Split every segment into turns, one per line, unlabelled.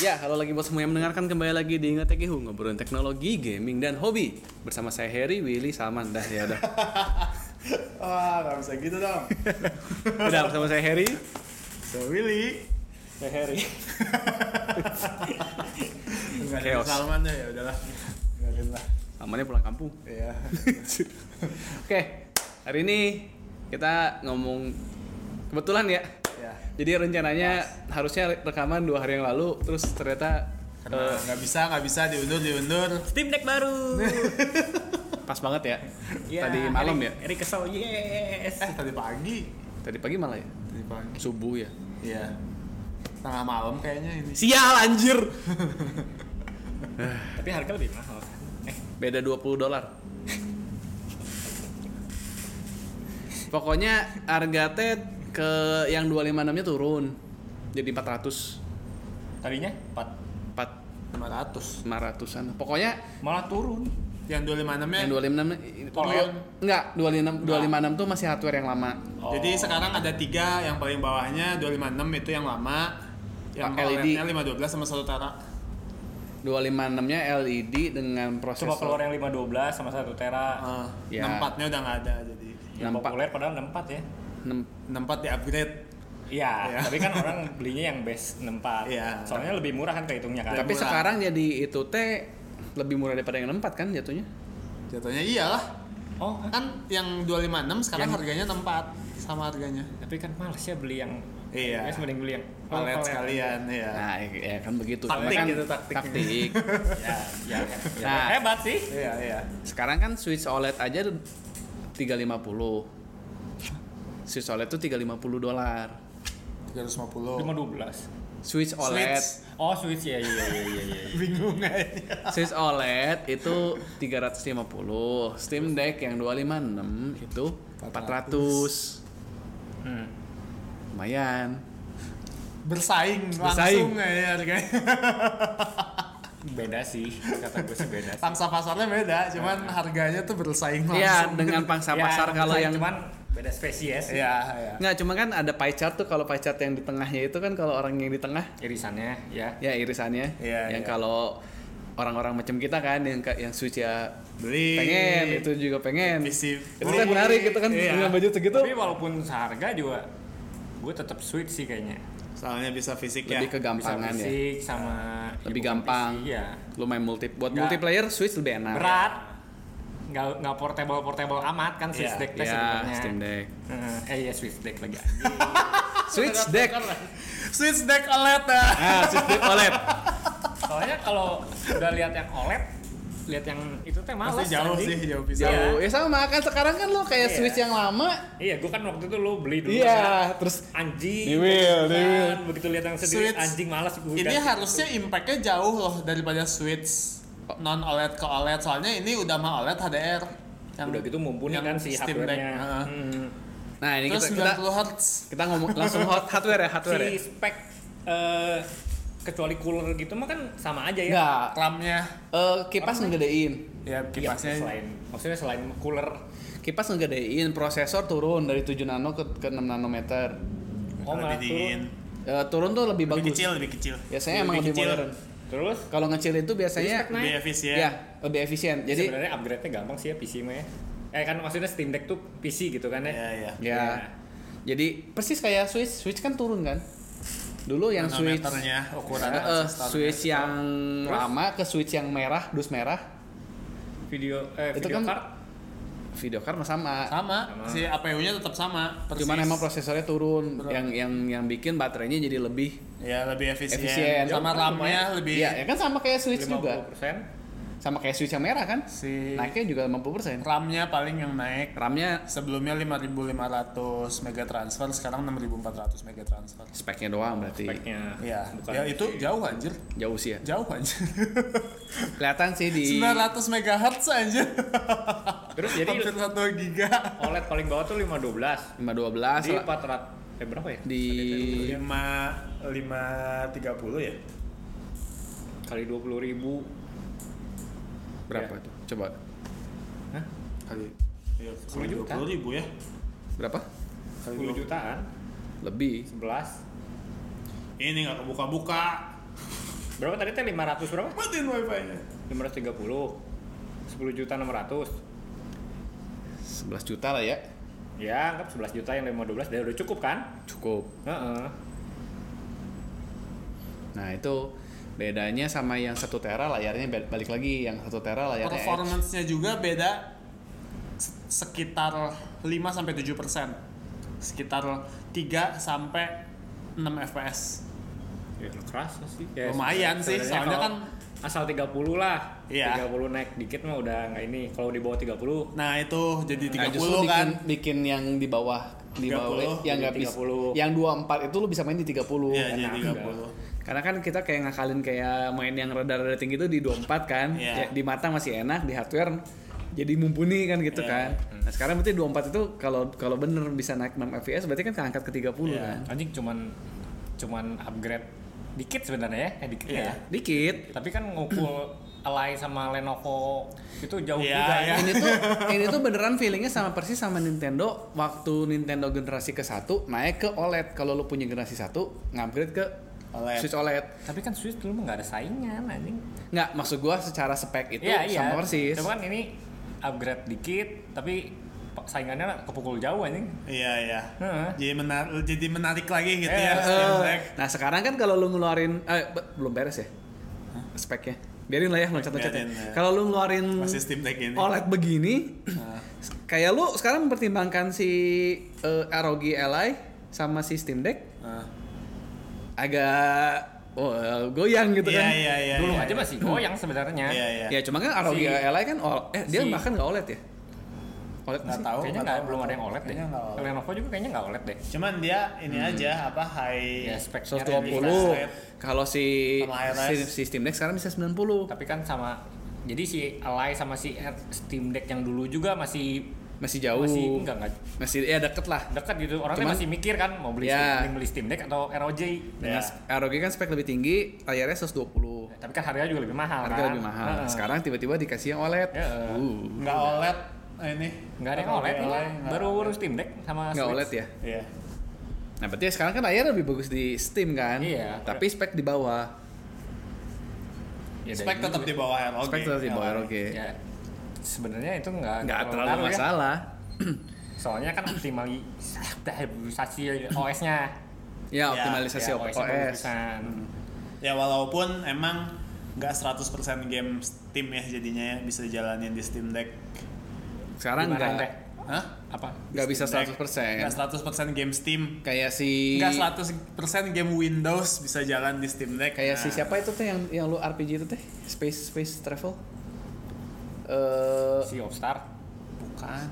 Ya, halo lagi buat semua yang mendengarkan kembali lagi di Ingat Tekihu ngobrolin teknologi, gaming dan hobi bersama saya Harry, Willy, Salman dah ya udah.
Wah, nggak bisa gitu dong.
udah bersama saya Harry.
So Willy,
Saya Harry.
nggak ada
Chaos.
Salman ya, ya udahlah, biarin lah.
Amannya pulang kampung.
Iya.
Oke, hari ini kita ngomong kebetulan ya.
Ya.
Jadi rencananya harusnya rekaman dua hari yang lalu, terus ternyata
Karena
eh,
nggak bisa, nggak bisa diundur, diundur.
Steam Deck baru.
pas banget ya.
Ya,
Tadi malam ya.
Eric- Eric kesel, yes.
Eh, tadi pagi.
Tadi pagi malah ya.
Tadi pagi.
Subuh ya.
Iya. Tengah malam kayaknya ini.
Sial anjir.
Tapi harga lebih mahal. kan? Eh,
beda 20 dolar pokoknya harga teh ke yang 256 nya turun jadi 400
tadinya 4
4
500.
500-an pokoknya
malah turun.
Yang 256 ya.
yang 256 itu
All in?
enggak 256 256 tuh masih hardware yang lama
Oh.
Jadi sekarang ada tiga, yang paling bawahnya 256 itu yang lama, yang
Pak E LED.
LED 512 sama 1 tera.
256 nya LED E dengan
Coba keluar
prosesor
yang 512 sama 1 tera.
Ah,
Ya.
64-nya udah nggak ada jadi.
yang
nampak.
populer padahal 64 ya.
6
64 di upgrade.
Iya,
Iya.
tapi kan orang belinya yang base 64.
Iya.
Soalnya lebih murah kan kehitungnya kan.
tapi
murah.
sekarang jadi itu teh lebih murah daripada yang 64 kan jatuhnya
Jatuhnya iyalah.
oh, ah.
Kan yang 256 sekarang
Yang-
harganya 64 sama harganya.
tapi kan males ya beli yang
Iya.
Guys, mending beli yang
Oh,
palet sekalian ya.
nah ya kan begitu Cuma
Taktik
kan,
itu, taktik.
taktik
Ya, ya. ya.
Nah.
Hebat sih.
Iya iya.
Sekarang kan switch OLED aja 350. Switch OLED tuh 350 dolar.
350.
512.
Switch OLED,
Oh, Switch ya, iya iya iya iya.
Bingung aja.
Switch OLED itu 350. Steam Deck yang 256 itu 400.
Hmm.
Lumayan.
Bersaing,
Bersaing.
langsung aja harganya.
Beda sih, kata gue sih beda. sih.
Pangsa pasarnya beda, cuman harganya tuh bersaing langsung.
Iya, dengan pangsa
Ya,
pasar kalau
cuman-
yang
cuman beda spesies.
Iya iya.
nggak cuma kan ada pie chart tuh kalau pie chart yang di tengahnya itu kan kalau orang yang di tengah
Irisannya ya.
ya irisannya
Iya,
yang
iya.
kalau orang-orang macam kita kan yang ka- yang switch ya
Beli.
pengen
iya.
itu juga pengen
Visi-
itu kan menarik itu kan
Iya.
dengan baju segitu
Tapi walaupun seharga juga gue tetap switch sih kayaknya.
Soalnya bisa fisik
lebih
ya.
ke gampangan
Bisa
ya
fisik sama
lebih
ya, bukan
gampang Nah.
fisik, Iya.
lu main multi buat
Nggak.
multiplayer switch lebih enak
Berat. Nggak nggak portable portable amat kan switch
Iya.
deck teh
ya
sebenarnya.
Steam Deck
Eh, eh iya switch deck lagi.
switch deck
Switch deck OLED dah.
ah switch deck OLED
Soalnya kalau udah lihat yang OLED, lihat yang itu teh males.
Pasti jauh
anjing.
sih, jauh bisa.
Iya.
jauh ya sama kan sekarang kan lu kayak
Iya.
switch yang lama
Iya, gue kan waktu itu lo beli dulu. kan.
iya terus
anjing
Di wheel, di
kan.
wheel.
begitu lihat yang sendiri
Switch.
anjing malas gue
Ini harusnya impactnya jauh loh daripada switch non OLED ke OLED. Soalnya ini udah mah OLED HDR.
udah gitu mumpuni
yang
kan si
Steam Deck,
hardware-nya
heeh.
Hmm.
nah ini
Terus
kita kita,
90 Hz.
kita ngomong langsung hot hardware ya hardware ya
si spek eh, kecuali cooler gitu mah kan sama aja ya
enggak
RAM-nya
Eh, kipas ngegedein
ya
Iya,
kipasnya
selain maksudnya selain cooler
kipas ngegedein prosesor turun dari 7 nano ke, ke 6 nanometer
oh malah
dingin.
turun
Eh, turun tuh lebih
lebih
bagus
kecil lebih kecil
biasanya Ya, emang lebih modern
terus
kalau ngecil itu biasanya
Respect,
lebih
Naik.
efisien
ya lebih efisien jadi
Iya, sebenarnya upgrade nya gampang sih ya PC mah ya eh kan maksudnya Steam Deck tuh PC gitu kan ya
ya ya
ya jadi persis kayak switch switch kan turun kan dulu yang
Nah,
switch
Nanometernya, ukurannya
Eh, eh,
resistornya.
switch yang
Terus?
lama ke switch yang merah dus merah
video eh,
Itu
video
kan-
card
video card mah sama
sama
Sama.
si APU-nya tetap sama persis.
cuman emang prosesornya turun
Betul.
yang yang yang bikin baterainya jadi lebih
ya lebih efisien,
Efisien.
sama
Jauh,
RAM-nya lebih
Iya, ya kan sama kayak switch juga
50
sama kayak switch yang merah kan
si
naiknya juga 50%
RAM-nya paling yang naik
RAM-nya
sebelumnya 5500 mega transfer sekarang 6400 mega transfer
speknya doang berarti
speknya
Iya,
bukan
ya itu
PC.
jauh anjir,
jauh sih ya
jauh anjir.
kelihatan sih di
900 megahertz anjir.
terus jadi
Hampir 1 giga.
OLED paling bawah tuh
512
512 di
lah.
400 eh berapa ya?
Ah, di
5 530 ya?
kali 20 ribu
berapa tuh coba
Hah?
Kali ya,
10 juta.
20 ribu ya.
berapa
10 jutaan
lebih
11
Ini nggak kebuka-buka.
Berapa tadi teh 500 berapa?
Matiin wifi-nya.
530. 10 juta 600.
11 juta lah ya.
Ya, anggap 11 juta yang 512 dia udah cukup kan?
Cukup.
Heeh.
Nah, itu bedanya sama yang satu tera layarnya ba- balik lagi yang satu tera layarnya Nah, edge.
Performance-nya juga beda se- sekitar 5 sampai 7 persen. Sekitar 3 sampai 6 FPS.
Ya kerasa sih. Ya,
Lumayan sih,
sebenarnya
soalnya
kalau
kan-
asal 30 lah.
Iya.
30 naik dikit mah udah nggak ini. Kalau di bawah 30
Nah, itu jadi
Nah,
30
justru bikin,
kan.
bikin yang di bawah di bawah
30,
yang nggak
jadi
bisa
30.
yang 24 itu lu bisa main di 30
Iya,
Enak.
jadi
enak,
30.
Karena kan kita kayak ngakalin kayak main yang rada-rada tinggi itu di 24 kan.
Iya.
Ya, di mata masih enak, di hardware jadi mumpuni kan
Iya.
gitu kan.
Hmm.
Nah, sekarang berarti 24 itu kalau kalau bener bisa naik 6 FPS berarti kan keangkat ke 30
Iya.
kan.
anjing cuman cuman upgrade dikit sebenarnya ya. Eh dikit
Iya.
ya.
Dikit.
Tapi kan ngukul Alay sama Lenovo itu jauh
Iya,
juga
iya.
ya.
Ini tuh ini tuh beneran feelingnya sama persis sama Nintendo waktu Nintendo generasi ke satu naik ke OLED. Kalau lu punya generasi satu upgrade ke
OLED.
Switch OLED.
Tapi kan Switch dulu mah nggak ada saingan anjing.
Nggak, maksud gua secara spek itu
Iya, iya.
sama persis.
Cuman
kan
ini upgrade dikit tapi saingannya kepukul jauh anjing.
Iya, iya.
Heeh.
Jadi menarik, jadi menarik lagi gitu
Iya,
ya.
iya.
Steam
Eh,
Deck.
nah sekarang kan kalau lu ngeluarin eh be- belum beres ya speknya biarin lah ya loncat-loncat ya.
Biarin, ya.
kalau lu ngeluarin
Masih Steam Deck ini.
OLED begini
Nah.
kayak lu sekarang mempertimbangkan si eh, ROG Ally sama si Steam Deck
Nah.
agak oh, eh, goyang gitu
Iya,
kan
iya, iya.
dulu
iya,
aja
iya.
masih goyang sebenarnya.
Iya, iya.
ya cuma kan ROG
Si-
Ally kan OLED eh dia
si-
bahkan nggak OLED ya OLED nggak
Nggak
sih?
tahu.
Kayaknya
nggak
nggak
tahu,
belum
nggak
ada yang
tahu.
OLED deh.
Kayaknya nggak OLED. Iya,
Lenovo juga kayaknya nggak OLED deh.
Cuman dia ini
Hmm.
aja apa high
Iya,
Ya speknya
120 kalau si,
Sama iOS.
si si Steam Deck sekarang bisa 90
Tapi kan sama jadi si Alay sama si Steam Deck yang dulu juga masih
masih jauh
masih enggak enggak
masih ya deket lah
dekat gitu. Orangnya
Cuman-
masih mikir kan mau beli
Iya.
Steam, beli Steam Deck atau ROG.
Dengan
Ya.
sp- ROG kan spek lebih tinggi, layarnya 120.
Tapi kan harganya juga lebih mahal
Harga
kan.
lebih mahal.
Heeh.
Sekarang tiba-tiba dikasih yang OLED.
Ya.
Uh.
Nggak OLED eh, ini.
Nggak ada yang
E
OLED nih,
nggak
baru
OLED.
baru Steam Deck sama
Nggak
Switch.
OLED ya.
Iya.
Nah, berarti sekarang kan layarnya lebih bagus di Steam kan?
Iya.
Tapi spek di bawah.
Ya, dari
Spek
dulu
tetap
juga.
di bawah ROG.
gitu Spek tetap di
Iya.
bawah ROG.
Ya, sebenarnya itu nggak
Nggak
nggak
terlalu
ngaruh ya.
masalah.
Soalnya kan optimalisasi OS-nya.
Ya,
Ya,
optimalisasi
Ya,
OS.
OS-nya bagus
kan.
pisan.
Ya walaupun emang nggak 100% game Steam ya jadinya ya bisa jalanin di Steam Deck.
Sekarang
Gimana, Teh?
nggak
Hah?
Apa?
nggak bisa
Steam Deck.
100%.
Nggak 100% game Steam.
Kayak si
Nggak 100% game Windows bisa jalan di Steam Deck.
kayak si
Nah,
siapa itu teh yang yang lu RPG itu teh? Space Space Travel. Eh
Si Opstar.
Bukan.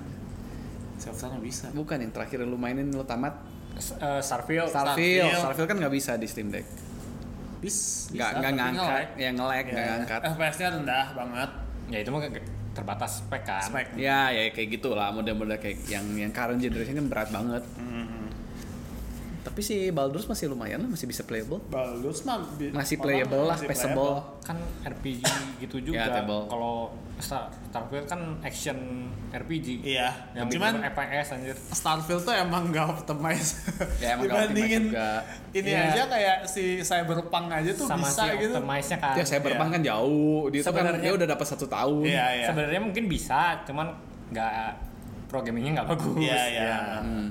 Siapa nggak bisa.
bukan yang terakhir lu mainin lu tamat
S- eh,
Starfield.
Starfield.
Starfield.
Starfield kan nggak bisa di Steam Deck. nggak
Bis, bisa,
nggak
tapi
ngangkat
nge-lag.
ya ngelag nggak
Ya,
ngangkat
FPS-nya rendah banget.
Ya itu mah nggak- terbatas spek kan.
Spek.
ya ya kayak gitulah model-model kayak yang yang current generation kan berat banget
Mhm.
tapi si Baldur's masih lumayan lah masih bisa playable
Baldur's mah bi-
masih
malah
playable lah
masih
passable
playable.
Kan RPG gitu
Ya,
juga.
table.
Kalau Star- Starfield kan action RPG.
Iya.
Yang
Cuman
bikin FPS anjir.
Starfield tuh emang gak optimize.
Ya, emang nggak
Dibandingin
optimize juga.
ini
Iya.
aja kayak si Cyberpunk aja tuh
Sama
bisa
si
gitu.
optimize-nya kan.
ya saya berpang kan jauh dia itu kan
Sebenarnya-
dia udah dapat satu tahun
Iya, iya.
Ya, Sebenarnya mungkin bisa, cuman nggak pro gamingnya nggak bagus.
Iya, iya.
Ya.
Hmm.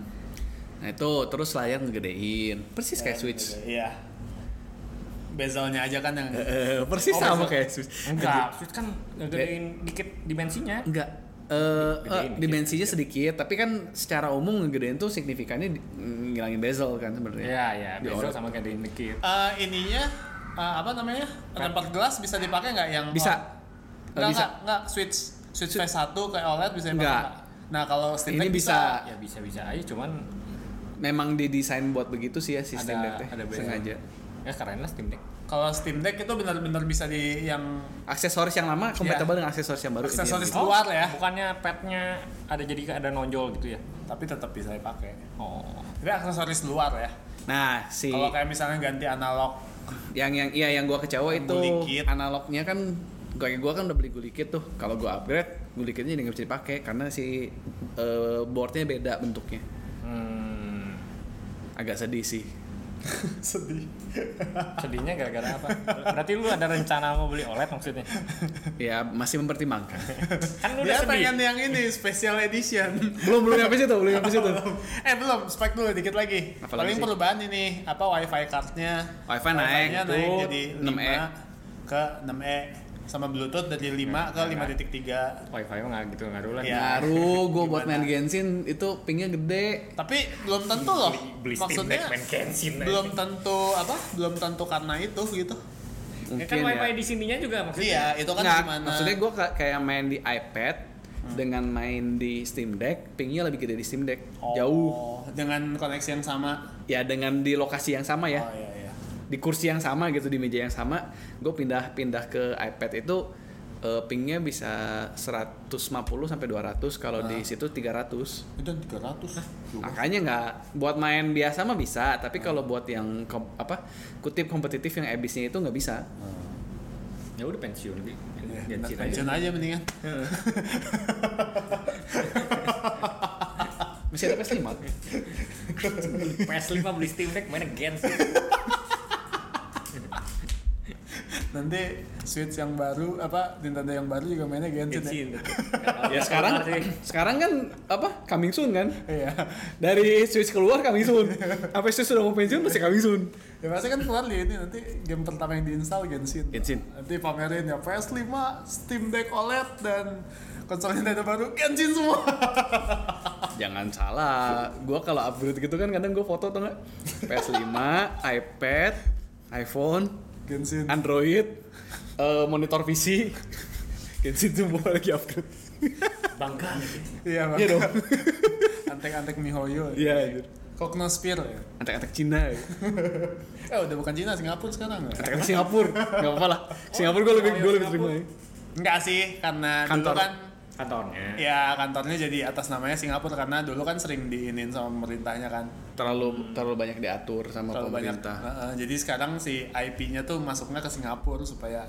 nah itu terus layar ngegedein persis kayak Switch
Iya. Bezelnya aja kan yang
Eh, persis
Oh,
sama
bezel.
kayak Switch
Enggak, Switch kan ngegedein dikit dimensinya.
enggak eh, eh,
Gedein dikit,
dimensinya sedikit tapi kan secara umum ngegedein tuh signifikannya di- ngilangin bezel kan sebenarnya
Iya, iya,
Di
bezel
order.
sama gedein dikit.
Eh, ininya eh, apa namanya? Tempat gelas bisa dipakai nggak yang
bisa Eh,
Enggak,
bisa
enggak, enggak. Switch Switch PS1 kayak OLED bisa dipakai
Nggak.
nggak? Nah, kalau Steam
Ini
Deck
bisa.
Ya bisa-bisa aja, cuman
memang didesain buat begitu sih ya sistem
Ada-
Deck teh,
ada beda.
sengaja
ya keren lah Steam Deck.
Kalau Steam Deck itu benar-benar bisa di yang
aksesoris yang lama kompatibel dengan aksesoris yang baru
Iya. Aksesoris.
intinya.
Keluar ya.
Oh, Bukannya petnya ada jadi ada nonjol gitu ya?
tapi tetap bisa dipakai.
Oh.
Tapi aksesoris luar ya.
nah si
Kalau kan- kayak misalnya ganti analog
yang yang iya yang gua kecewa
Yang
itu
gulikit.
analognya kan gua gua kan udah beli gulikit tuh kalau gua upgrade gulikitnya jadi nggak bisa dipakai karena si eh, boardnya beda bentuknya
Hmm.
agak sedih sih
Sedih.
Sedihnya gara-gara apa? Berarti lu ada rencana mau beli OLED maksudnya?
ya masih mempertimbangkan
Kan lu
Dia
udah sedih.
pengen yang ini special edition.
belum belum nyampe situ belum nyampe situ
eh belum, spek dulu dikit lagi.
Apa
Paling
lagi sih?
perubahan ini apa wifi cardnya.
Wifi naik E.
Wifi-nya
tuh,
naik jadi
6E.
5 ke 6e sama bluetooth dari 5 ke
E.
5.3.
Wifi mah nggak gitu ngaruh lah.
Iya.
ngaruh gue buat main
Gimana?
Genshin itu pingnya gede
Tapi belum tentu loh.
Beli- Beli Steam
Oh, Maksudnya
Deck main Genshin. aja.
belum tentu apa? Belum tentu karena itu gitu.
Ya kan
mungkin
wifi
ya
di sininya juga maksudnya.
Iya, itu kan
Nggak,
gimana?
maksudnya gue kayak main di iPad dengan main di Steam Deck pingnya lebih gede di Steam Deck
Oh,
jauh
dengan koneksi yang sama.
ya dengan di lokasi yang sama ya
Oh iya iya.
di kursi yang sama gitu di meja yang sama gue pindah pindah ke iPad itu eh, pingnya bisa 150 sampai 200 kalau di situ 300
Itu 300. Ah. Juga. Ah.
makanya nggak buat main biasa mah bisa tapi kalau buat yang kom- apa kutip kompetitif yang abisnya itu nggak bisa
Ya udah pensiun gitu.
Iya,
Ya,
Genshin aja.
pensiun aja mendingan.
masih ada PS5
PS5 beli Steam Deck mainnya Genshin.
Nanti Switch yang baru apa Nintendo yang baru juga mainnya Genshin.
Genshin.
ya sekarang
Iya.
sekarang kan apa coming soon kan
Ya? Iya.
dari Switch keluar coming soon apa Switch sudah mau pensiun masih coming soon
Ya pasti kan keluar di ini nanti game pertama yang diinstal Genshin.
Genshin.
Nanti pamerin ya PS5, Steam Deck OLED dan konsol Nintendo baru Genshin semua.
jangan salah gua kalau upgrade gitu kan kadang gua foto tuh nggak PS5 iPad iPhone
Genshin.
Android eh, monitor PC Genshin semua lagi upgrade
Bangga.
Iya, Bang.
iya dong
Antek-antek MiHoYo.
iya anjir.
Cognosphere ya.
antek-antek Cina ya.
Eh udah bukan Cina, Singapura sekarang ya?
antek-antek Singapura nggak apa-apa lah Singapura gua lebih gua lebih terima ya.
Enggak sih, karena
Kantor.
dulu kan
Kantornya.
ya kantornya jadi atas namanya Singapura karena dulu kan sering diinin sama pemerintahnya kan.
terlalu terlalu banyak diatur sama
terlalu banyak.
pemerintah
Heeh, jadi sekarang si IP-nya tuh masuknya ke Singapura supaya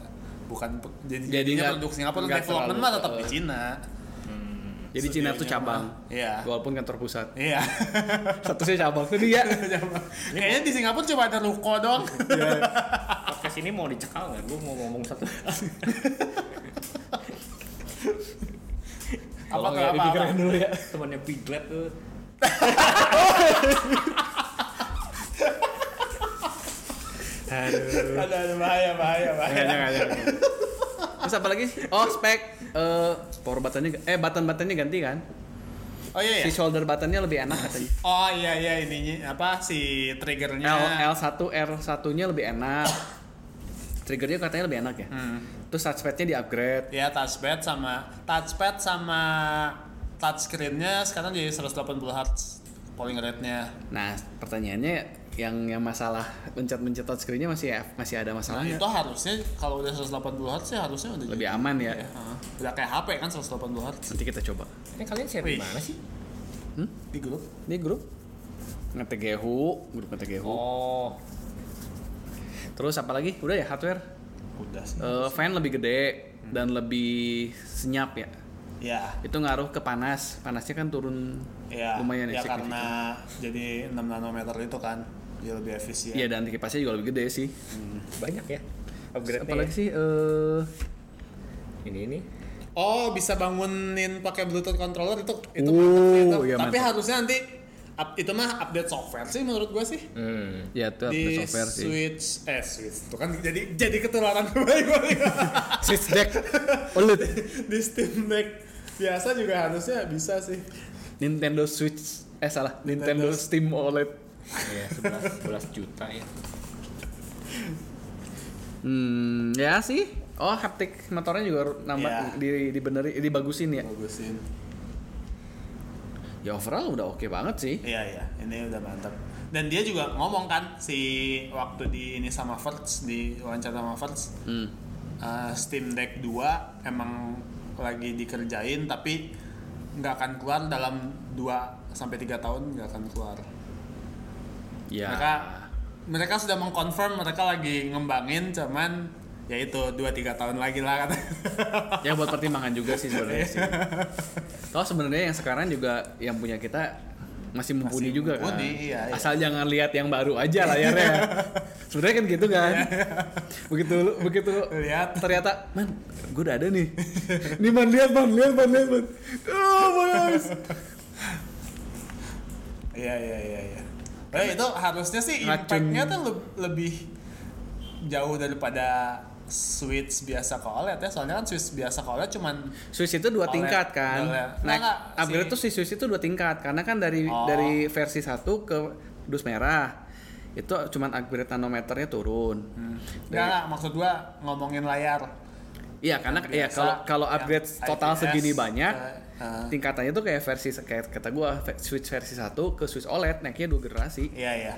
bukan pe- jadi,
Jadi
jadinya
nggak-
produk Singapura
nggak
development mah
terlalu,
tetap di
eh,
Cina.
jadi Cina tuh
Studionya
cabang
mah. Iya.
walaupun kantor pusat
Iya.
statusnya cabang itu dia
Kayaknya di Singapura cuma ada ruko doang.
Podcast ini mau dicekal nggak? Gue mau ngomong satu.
apa
Tolong
tuh
ya,
apa? apa?
dipikirin dulu ya
Temennya Piglet tuh.
Ada ada bahaya bahaya bahaya.
Terus apa lagi? Oh, spek. Eh, power buttonnya eh button-buttonnya ganti kan?
Oh iya iya.
Si shoulder buttonnya lebih enak katanya.
Oh iya iya ininya apa si triggernya?
L L1 R1-nya lebih enak. Triggernya katanya lebih enak ya.
Hmm.
Terus touchpadnya di upgrade.
Ya touchpad sama touchpad sama touchscreen-nya sekarang jadi 180 Hz polling rate-nya.
Nah, pertanyaannya yang yang masalah mencet-mencet touchscreen-nya masih e-, masih ada
Nah,
masalahnya.
itu harusnya kalau udah 180 Hz sih harusnya udah
Ah, iya. Lebih aman ya.
jadi. Heeh. Udah kayak HP kan 180 Hz
Nanti kita coba.
Ini kalian share di
Wih.
mana sih?
di grup.
Ini grup ngetegehu, grup ngetegehu.
Oh.
Terus apa lagi? Udah ya hardware.
Udah sih.
Eh, fan lebih gede dan lebih senyap ya.
Ya,
itu ngaruh ke panas panasnya kan turun
ya.
lumayan ya,
ya
signifikan.
karena jadi 6 nanometer itu kan jadi lebih efisien.
Iya, dan kipasnya juga lebih gede sih
Banyak ya.
Terus
Upgrade
ya?
apalagi sih eh
Ini ini.
Oh, bisa bangunin pakai Bluetooth controller itu itu
Oh,
mantep sih, itu.
iya,
Tapi
mantep.
harusnya nanti up- itu mah update software sih menurut gua sih.
Hmm.
ya itu
di
update software sih
Switch eh Switch itu kan jadi jadi ketularan baik-baik.
switch deck OLED
di Steam Deck biasa juga harusnya bisa sih.
Nintendo Switch eh salah Nintendo,
Nintendo
Steam OLED
Iya, 11 11 juta ya.
hmm ya sih oh haptic motornya juga nambah
Iya.
di dibeneri dibagusin ya
Bagusin.
ya overall udah oke banget sih
Iya iya, ini udah mantap. Dan dia juga ngomong kan si waktu di ini sama Verge di wawancara sama Verge
hmm.
eh, Steam Deck 2 emang lagi dikerjain tapi nggak akan keluar dalam 2 sampai 3 tahun nggak akan keluar.
ya
Mereka mereka sudah mengkonfirm mereka lagi ngembangin cuman ya itu 2 3 tahun lagi lah kata.
ya buat pertimbangan juga sih sebenarnya sih. Toh sebenarnya yang sekarang juga yang punya kita masih mumpuni
Masih
juga
mumpuni,
kan.
iya, iya.
Asal jangan lihat yang baru aja layarnya. Sebenarnya kan gitu kan. begitu lu- begitu lu
Iya, Lihat.
ternyata man gue udah ada nih. nih man lihat man lihat man lihat man. Oh my gosh.
Iya iya iya iya. Eh, itu harusnya sih
Racun.
impactnya tuh leb- lebih jauh daripada switch biasa ke OLED ya. Soalnya kan switch biasa ke OLED cuman
Switch itu dua
Oleh-
tingkat kan.
oleh-
Nah,
Enggak, enggak,
upgrade
si-
tuh si Switch itu dua tingkat karena kan dari
Oh.
dari versi 1 ke dus merah itu cuman upgrade nanometernya turun.
Hmm. enggak enggak, maksud gua ngomongin layar.
Iya, karena
Yang
ya
biasa,
kalau kalau
yang
upgrade total
IPS,
segini banyak
eh, eh.
tingkatannya tuh kayak versi kayak kata gua ve- Switch versi 1 ke Switch OLED naiknya dua generasi.
Iya iya.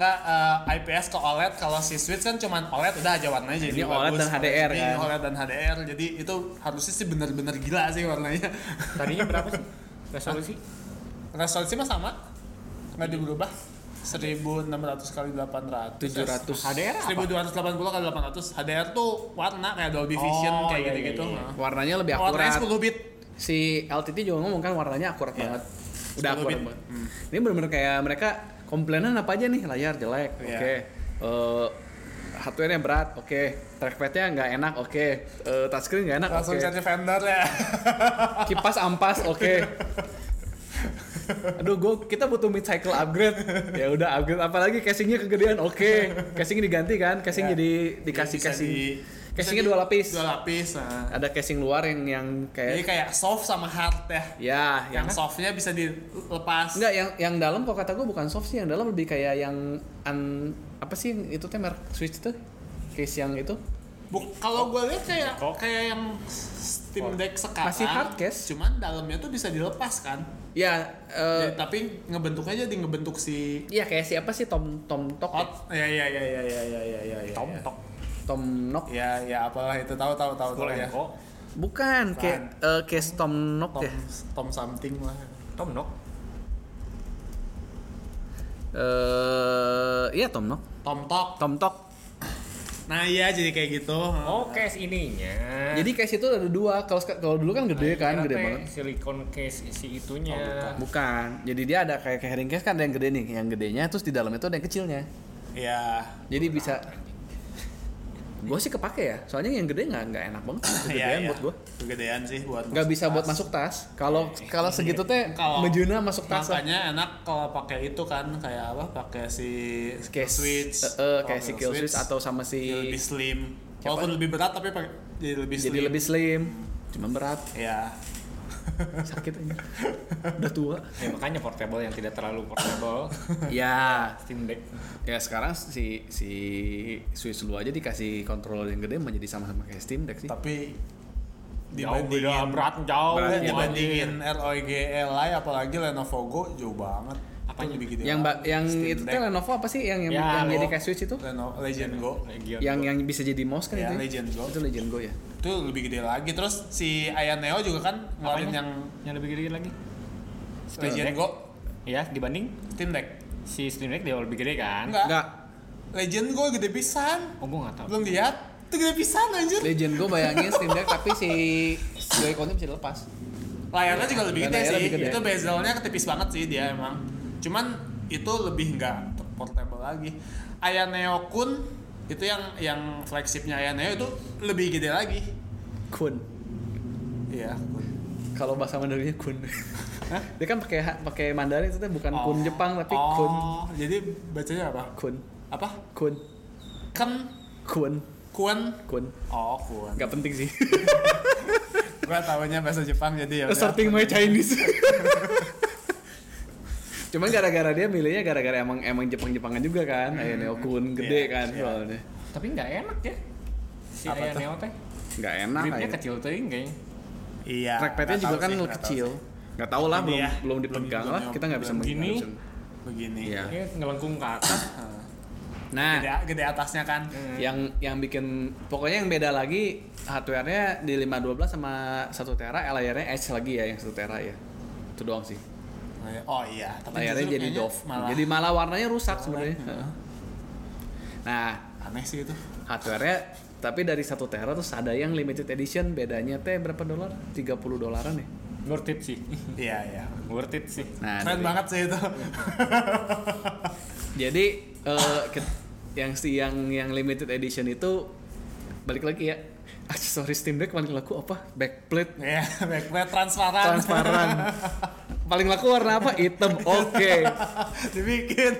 Enggak eh, IPS ke OLED kalau si switch kan cuman OLED udah aja warnanya jadi
Ini OLED
bagus.
dan HDR
Ini
kan.
OLED dan HDR. Jadi itu harusnya sih bener-bener gila sih warnanya.
Tadinya berapa sih? Resolusi?
Resolusi mah sama. Nah, Enggak diberubah. 1600 kali 800
700.
HDR
apa?
1280 kali 800 HDR tuh warna kayak Dolby
Oh,
Vision kayak
iya,
gitu-gitu
iya, iya.
Nah.
Warnanya lebih
warnanya
Ya, akurat.
10 bit
Si LTT juga ngomong kan warnanya akurat
Iya.
banget. Udah
10
akurat
bit.
banget. Ini bener-bener kayak mereka komplainan apa aja nih layar jelek,
Iya.
oke. Eh, hardware-nya berat, oke. Trackpad-nya nggak enak, oke. Eh, touchscreen nggak enak, oke.
langsung cari vendor ya
Kipas ampas, oke. Aduh, gua kita butuh mid cycle upgrade. Ya udah upgrade apalagi casingnya kegedean, oke. Casing diganti kan, casing
Iya.
jadi dikasih
Bisa
casing.
di-
Casingnya
bisa di-
dua lapis.
dua lapis nah.
Ada casing luar yang yang
jadi
kayak
kayak soft sama hard ya
ya yang
yang softnya bisa dilepas
Enggak, yang yang dalam kok kata gue bukan soft sih, yang dalam lebih kayak yang un, apa sih yang itu teh merek Switch tuh? Case yang itu.
Bu- kalau gue lihat kayak
Kok?
kayak yang Steam Deck sekarang
Masih hard case.
cuman dalamnya tuh bisa dilepas kan
Ya eh,
Ya, tapi ngebentuknya jadi ngebentuk si
iya kayak siapa sih Tom Tom Tok? ya?
hot ya ya ya ya ya ya ya ya ya
Tom
ya.
Tok,
Tom Nok?
ya ya apalah itu tahu tahu tahu tahu ya
Polenko,
Bukan, kayak eh, case Tom Nok
Tom
ya.
Tom something lah
Tom Nok.
Eh iya Tom Nok.
Tom Tok
Tom Tok.
nah iya jadi kayak gitu
Oh, case ininya.
Eh.
Jadi case itu ada dua. Kalau sek- kalau dulu kan gede
Akhirnya
kan, gede
teh
banget.
Silikon case si itunya.
Oh, bukan.
Bukan. Jadi dia ada kayak kayak herring case kan ada yang gede nih, yang gedenya terus di dalamnya tuh ada yang kecilnya.
ya
Jadi bisa gue sih kepake ya, soalnya yang gede nggak nggak enak banget, kegedean
Iya, iya.
buat gue.
kegedean sih buat
nggak
masuk
bisa buat
tas. Iya,
masuk tas kalau kalau segitu teh
Kalau-
mejuna masuk tas lah.
makanya enak kalau pakai itu kan kayak apa pakai si
Kayak
switch
eh, eh, kayak si kill switch atau sama si
jadi lebih slim
Siapa?
walaupun lebih berat tapi pakai jadi lebih slim
jadi lebih slim cuma berat
ya
sakit aja udah tua
Ya, makanya portable yang tidak terlalu portable.
ya
Steam Deck.
ya sekarang si si Switch lu aja dikasih controller yang gede menjadi sama-sama kayak Steam Deck sih
tapi
Jauh beda
dibandingin
berat jauh.
Beratnya
anjing.
Iya, dibandingin ROG Ally apalagi Lenovo Go jauh banget
Apanya?
Itu lebih gede
yang ba-
banget.
yang
ya, Steam
itu teh
Deck,
Lenovo apa sih yang yang,
Ya,
yang
Lenovo.
jadi kayak Switch itu
Lenovo Legend Go
Legion.
yang yang bisa jadi mouse kan
Ya,
itu ya?
Legend Go.
itu Legend Go ya
itu lebih gede lagi terus si Aya Neo juga kan ngeluarin
Apanya?
yang
yang lebih gede lagi.
Legend
Deck.
Go
Ya, dibanding
Steam Deck
si Steam Deck dia lebih gede kan?
Enggak.
enggak
Legend gue gede pisan.
Oh, gua nggak tahu.
Belum lihat? Itu gede pisan anjir.
Legend Go bayangin Steam Deck tapi si Joy-Con-nya bisa dilepas
Layarnya juga lebih gede
Layarnya
sih.
lebih gede.
Itu bezelnya ketipis banget sih dia emang. Cuman itu lebih enggak portable lagi. Aya Neo Kun itu yang yang flagshipnya Aya Neo itu lebih gede lagi.
kun
Iya, Kun.
kalau bahasa Mandarinnya kun dia kan pakai ha- pakai Mandarin itu teh bukan
Oh.
kun Jepang tapi
oh,
kun
Jadi bacanya apa?
kun
Apa?
kun
Ken
kun
Kun.
kun
Oh, Kun.
nggak penting sih
Gua taunya bahasa Jepang jadi ya. udah.
starting my Chinese cuman gara-gara dia milihnya gara-gara emang emang Jepang-Jepangan juga kan Ayo Neo kun gede
Hmm. Iya,
kan
iya.
soalnya
Tapi nggak enak ya. Si
Apa
Aya
tuh?
Neo teh.
nggak enak
Gripnya
aja.
kecil tuh kayaknya.
Iya.
trackpadnya
nggak
juga
tahu
kan
sih, nggak tahu
kecil
sih.
nggak tahu lah
Ini
belum
ya,
belum
belum-
dipegang
belum
lah kita nggak bisa
belum
gini.
mengenal
Begini.
iya
Ini ngelengkung ke atas. Ah,
nah
gede, gede atasnya kan
yang yang bikin pokoknya yang beda lagi hardware-nya di 512 sama 1 tera eh, layarnya edge lagi ya yang 1 tera ya itu doang sih
oh iya tapi
layarnya
justru
jadi
kayaknya
doff
malah
jadi malah warnanya rusak sebenarnya Heeh. nah
aneh sih itu
hardware-nya tapi dari 1 tera terus ada yang limited edition bedanya teh berapa dolar 30 dolaran ya
worth it sih
Iya iya.
worth it sih
Nah, dari-
Keren banget sih itu.
Jadi eh, ke- yang si yang yang limited edition itu balik lagi ya aksesoris Steam Deck paling laku apa? Backplate
Iya, backplate transparan.
transparan. paling laku warna apa? Hitam. Oke.
Dibikin.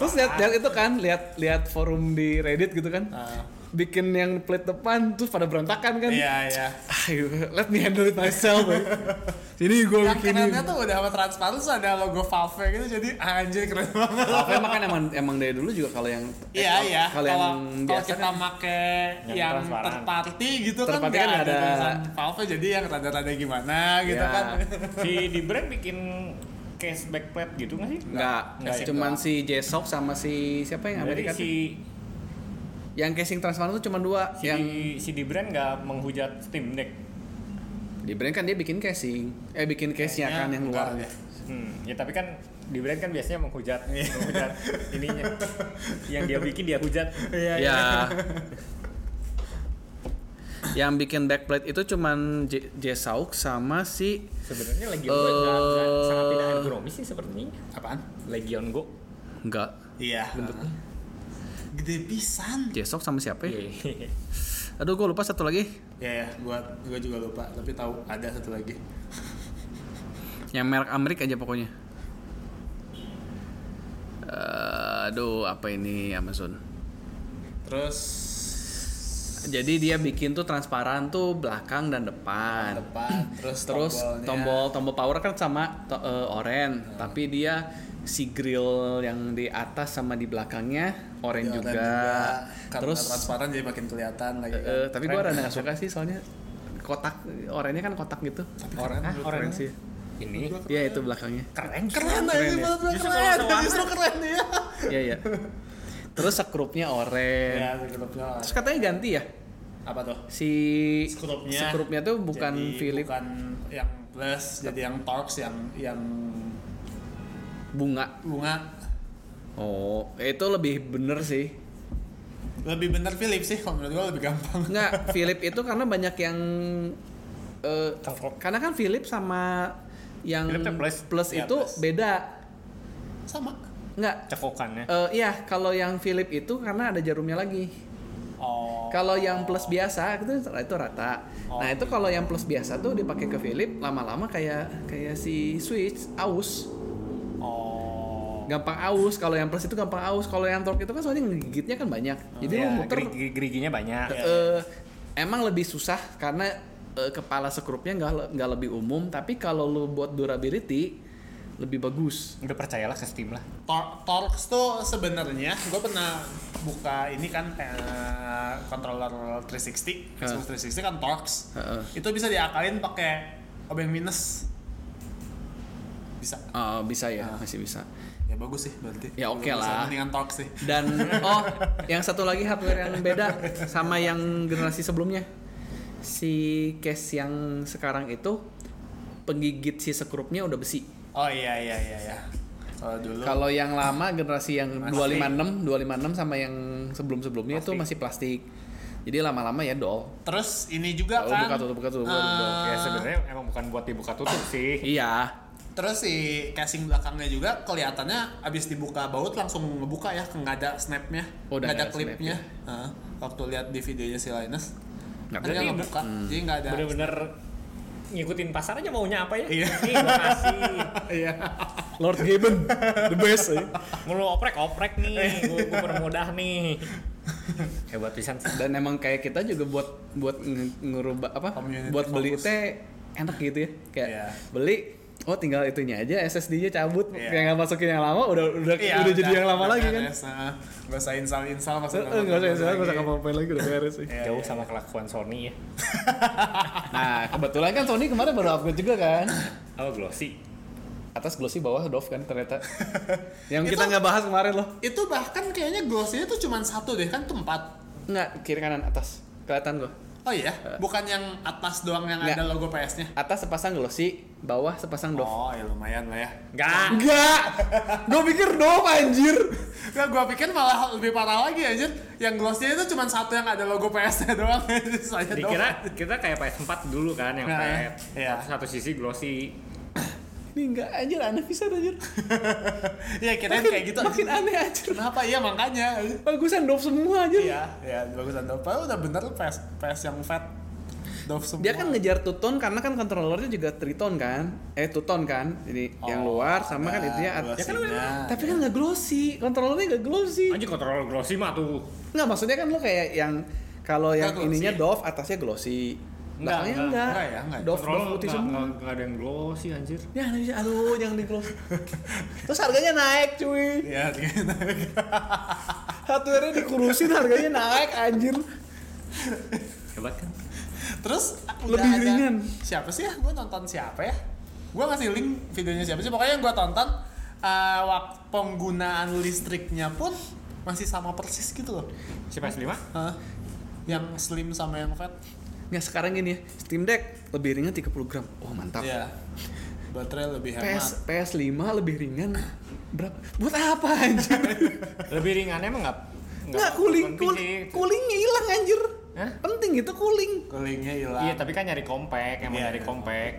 Terus lihat lihat itu kan, lihat lihat forum di Reddit gitu kan.
Ah,
Bikin yang plate depan terus pada berantakan kan.
Iya iya.
Ah, you- let me handle it myself. eh. Jadi gue
Yang
bikin
kerennya tuh udah sama transparan terus ada logo Valve gitu jadi anjir keren banget.
Tapi ya, makan emang emang dari dulu juga kalau yang eh,
Iya
kalau-
iya.
kalau yang
kalau
biasa kan,
kita make
Yang
yang,
transparan.
third party gitu
Third
kan
party
nggak
kan
ada,
ada.
tulisan Valve jadi yang rada-rada gimana gitu
Iya.
kan.
di di brand bikin case backplate gitu nggak sih
Enggak,
Enggak
gitu.
ya?
cuman si Jesok sama si siapa yang
Jadi
Amerika
si
tuh? Yang casing transparan tuh cuma dua.
si
yang
si di brand nggak menghujat Steam Deck
di brand kan dia bikin casing, eh bikin case-nya
Kayaknya
kan yang
enggak
luar.
deh.
Hmm, ya tapi kan di brand kan biasanya menghujat,
Iya.
menghujat ininya. Yang dia bikin dia hujat.
Iya iya.
Ya. yang bikin backplate itu cuman J- Jesok sama si
Sebenarnya Legion
Go nggak- nggak- sangat tidak
ergonomis sih sepertinya.
Apaan?
Legion Go.
enggak
Iya. Bentuknya. Gede pisan.
Jesok sama siapa ya?
Iya.
Aduh gue lupa satu lagi
Ya ya, gua gua juga lupa, tapi tahu ada satu lagi.
yang merek Amerika aja pokoknya. Eh, aduh apa ini Amazon?
Terus
Jadi dia bikin tuh transparan tuh belakang dan depan.
depan, terus
Terus
tombolnya. Iya.
tombol tombol power kan sama to, eh, oranye, tapi dia si grill yang di atas sama di belakangnya
Iya,
oranye
dan
juga.
karena
Terus
transparan jadi makin kelihatan lagi.
eh,
kan.
eh, tapi gua rada nggak suka sih soalnya kotak oranye kan kotak gitu.
Tapi keren
Ah,
menurut
oranye
gua.
sih.
Ini
Iya itu belakangnya.
keren.
Keren,
Keren
aja
ya.
menurut gua
Justru
keren.
kalau sewarna.
Justru keren ya.
Iya iya. Terus skrupnya
Ya,
oranye.
sekelupnya.
Terus katanya ganti ya
Apa tuh?
si
Skrupnya.
skrupnya tuh bukan
Jadi
Philip
Bukan yang plus, jadi yang torx yang yang
bunga.
bunga.
Oh, itu lebih bener sih.
Lebih bener Philip sih, kalau menurut gua lebih gampang.
Enggak, Philip itu karena banyak yang eh,
Cover.
karena kan Philip sama yang
Philip tuh plus.
Iya,
itu
plus.
beda.
Sama.
Enggak.
Cekokannya.
Eh, iya, kalau yang Philip itu karena ada jarumnya lagi.
Oh.
Kalau yang plus biasa itu itu rata.
Oh,
nah, itu kalau yang plus biasa tuh dipakai ke Philip lama-lama kayak kayak si Switch aus.
Oh.
Gampang aus. Kalau yang plus itu gampang aus. Kalau yang torque itu kan soalnya ngegigitnya kan banyak. Jadi
Ya,
lu muter
geri- geri- geriginya banyak.
Iya.
eh emang lebih susah karena eh, kepala sekrupnya nggak le- nggak lebih umum tapi kalau lu buat durability lebih bagus
Udah percayalah ke Steam lah.
Tor- Torx tuh sebenarnya gue pernah buka ini kan eh, controller
Heeh.
360, Xbox 360 kan Torx.
Heeh.
Itu bisa diakalin pakai obeng minus. Bisa.
Eh, bisa ya masih bisa
Ya bagus sih berarti.
Ya, oke
Bisa
lah.
Mendingan Torx sih.
dan oh yang satu lagi hardware yang beda sama yang generasi sebelumnya si case yang sekarang itu penggigit si sekrupnya udah besi
Oh iya iya iya iya. Kalau dulu
kalau yang lama generasi yang
Plastik.
256 256 sama yang sebelum-sebelumnya itu masih plastik jadi lama-lama ya dol
terus ini juga
Oh,
kan.
buka tutup, buka tutup, buka tutup.
eh,
Ya sebenarnya emang bukan buat dibuka tutup sih.
Ah. iya
Terus si casing belakangnya juga kelihatannya abis dibuka baut langsung ngebuka ya, nggak ada snapnya,
Oh, udah
nggak ada
nggak ada
klipnya. Heeh. waktu lihat di videonya si Linus,
Nggak Hmm.
kan dia
berarti-
ngebuka, jadi nggak ada.
Bener-bener ngikutin pasar aja maunya apa ya.
Iya.
Ini gua kasih.
Iya.
Lord Gaben the best eh.
Mulu oprek-oprek
Iya.
nih. Gua, gua permudah nih. Hebat pisan sih.
dan emang kayak kita juga buat buat nge- ngerubah apa
Community
buat beli
focus.
teh enak gitu ya kayak
Iya.
beli oh tinggal itunya aja SSD-nya cabut
Iya.
yang nggak masukin yang lama udah udah udah jadi yang lama lagi kan
Gak usah install install
Eh, eh, nggak usah nggak usah ngapa-ngapain lagi udah beres sih
Iya,
Jauh sama kelakuan Sony ya.
nah kebetulan kan Sony kemarin baru upgrade juga kan
Apa glossy?
atas glossy bawah Dove kan ternyata yang
Itu-
kita nggak bahas kemarin loh
Itu bahkan kayaknya glossy itu cuma satu deh kan tuh empat.
nggak kiri kanan atas kelihatan gua
Oh iya, bukan yang atas doang yang
Eh. Nggak.
ada logo PS-nya.
atas sepasang glossy bawah sepasang Dove.
Oh, ya lumayan lah ya.
Enggak.
Enggak. Gua pikir Dove anjir.
Ya gua pikir malah lebih parah lagi anjir. Yang glossnya itu cuma satu yang ada logo PS-nya doang. Sisanya doang.
Dikira kita kayak PS4 dulu kan yang
Nah,
kayak
iya.
satu sisi glossy.
Ini enggak anjir aneh pisan anjir.
Iya, kirain
Makin-
kayak gitu.
Makin aneh anjir.
Kenapa? Iya, makanya.
Bagusan Dove semua anjir.
Iya, iya, bagusan Dove. Padahal udah bener PS, PS yang fat. Dove semua.
Dia kan ngejar tuton karena kan controllernya juga triton kan. Eh tuton kan. Jadi yang
Oh,
luar sama kan intinya at- ya kan lu-
tapi
tapi kan nggak glossy, controllernya nggak glossy.
Anjir kontrol glossy mah tuh.
Nggak maksudnya kan lo kayak yang kalau
Nggak
yang
glossy.
ininya Dove atasnya glossy.
Nggak,
Belakangnya
nggak,
enggak.
nggak ya, nggak ya.
Dove, Dove
Kontrol
putih
nggak-
semua.
nggak nggak ada yang glossy anjir.
Ya, nggak bisa. aduh jangan di glossy. Terus harganya naik cuy.
Iya,
Hardware-nya dikurusin harganya naik anjir.
Hebat kan?
Terus
Lebih
udah ada-
ringan.
Siapa sih ya? Gue nonton siapa ya? Gue ngasih link videonya siapa sih? Pokoknya yang gue tonton eh waktu penggunaan listriknya pun masih sama persis gitu loh.
Si PS5?
Hah? yang slim sama yang fat.
Nggak sekarang gini ya, Steam Deck lebih ringan 30 gram. Oh, mantap.
Iya. Baterai lebih
PS
hemat.
PS5 lebih ringan berapa? Buat apa anjir?
Lebih ringannya emang enggak
Nggak cooling, cooling,
kulit
coolingnya hilang anjir.
Hah?
Penting itu cooling.
Coolingnya hilang.
Iya, tapi kan nyari compact, emang
Iya,
nyari
iya.
compact.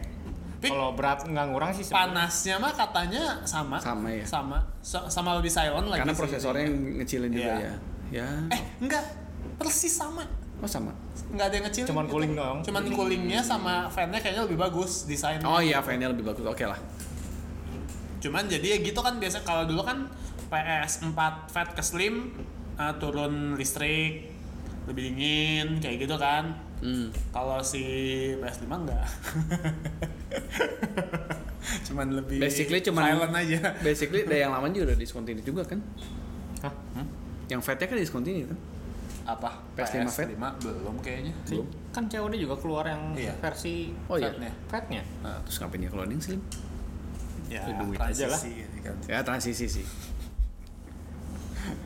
Tapi-
Kalau berat nggak ngurang sih sebenarnya.
Panasnya mah katanya sama.
Sama ya.
Sama. So- sama lebih silent lagi.
Karena
sih.
prosesornya yang ngecilin juga
Iya.
ya. Ya.
Eh, enggak. Persis sama.
Oh sama.
Nggak ada yang kecil.
Cuman cooling doang.
Cuman coolingnya sama fan-nya kayaknya lebih bagus desainnya.
Oh iya, fan-nya lebih bagus. Oke lah.
Cuman jadi ya gitu kan biasa kalau dulu kan PS4 fat ke slim eh, turun listrik lebih dingin kayak gitu kan.
Hmm.
Kalau si PS5 enggak. cuman lebih
Basically cuman-
silent aja.
Basically dari yang lama juga udah discontinue juga kan.
Hah?
Yang fatnya kan discontinue kan.
Apa?
PS5 fat?
belum kayaknya.
Belum.
Kan COD juga keluar yang
Iya.
versi
Oh iya.
Fatnya.
fatnya.
Nah,
Terus ngapain dia keluarin slim?
ya,
Itu duit aja lah.
transisi ini kan.
Ya transisi sih.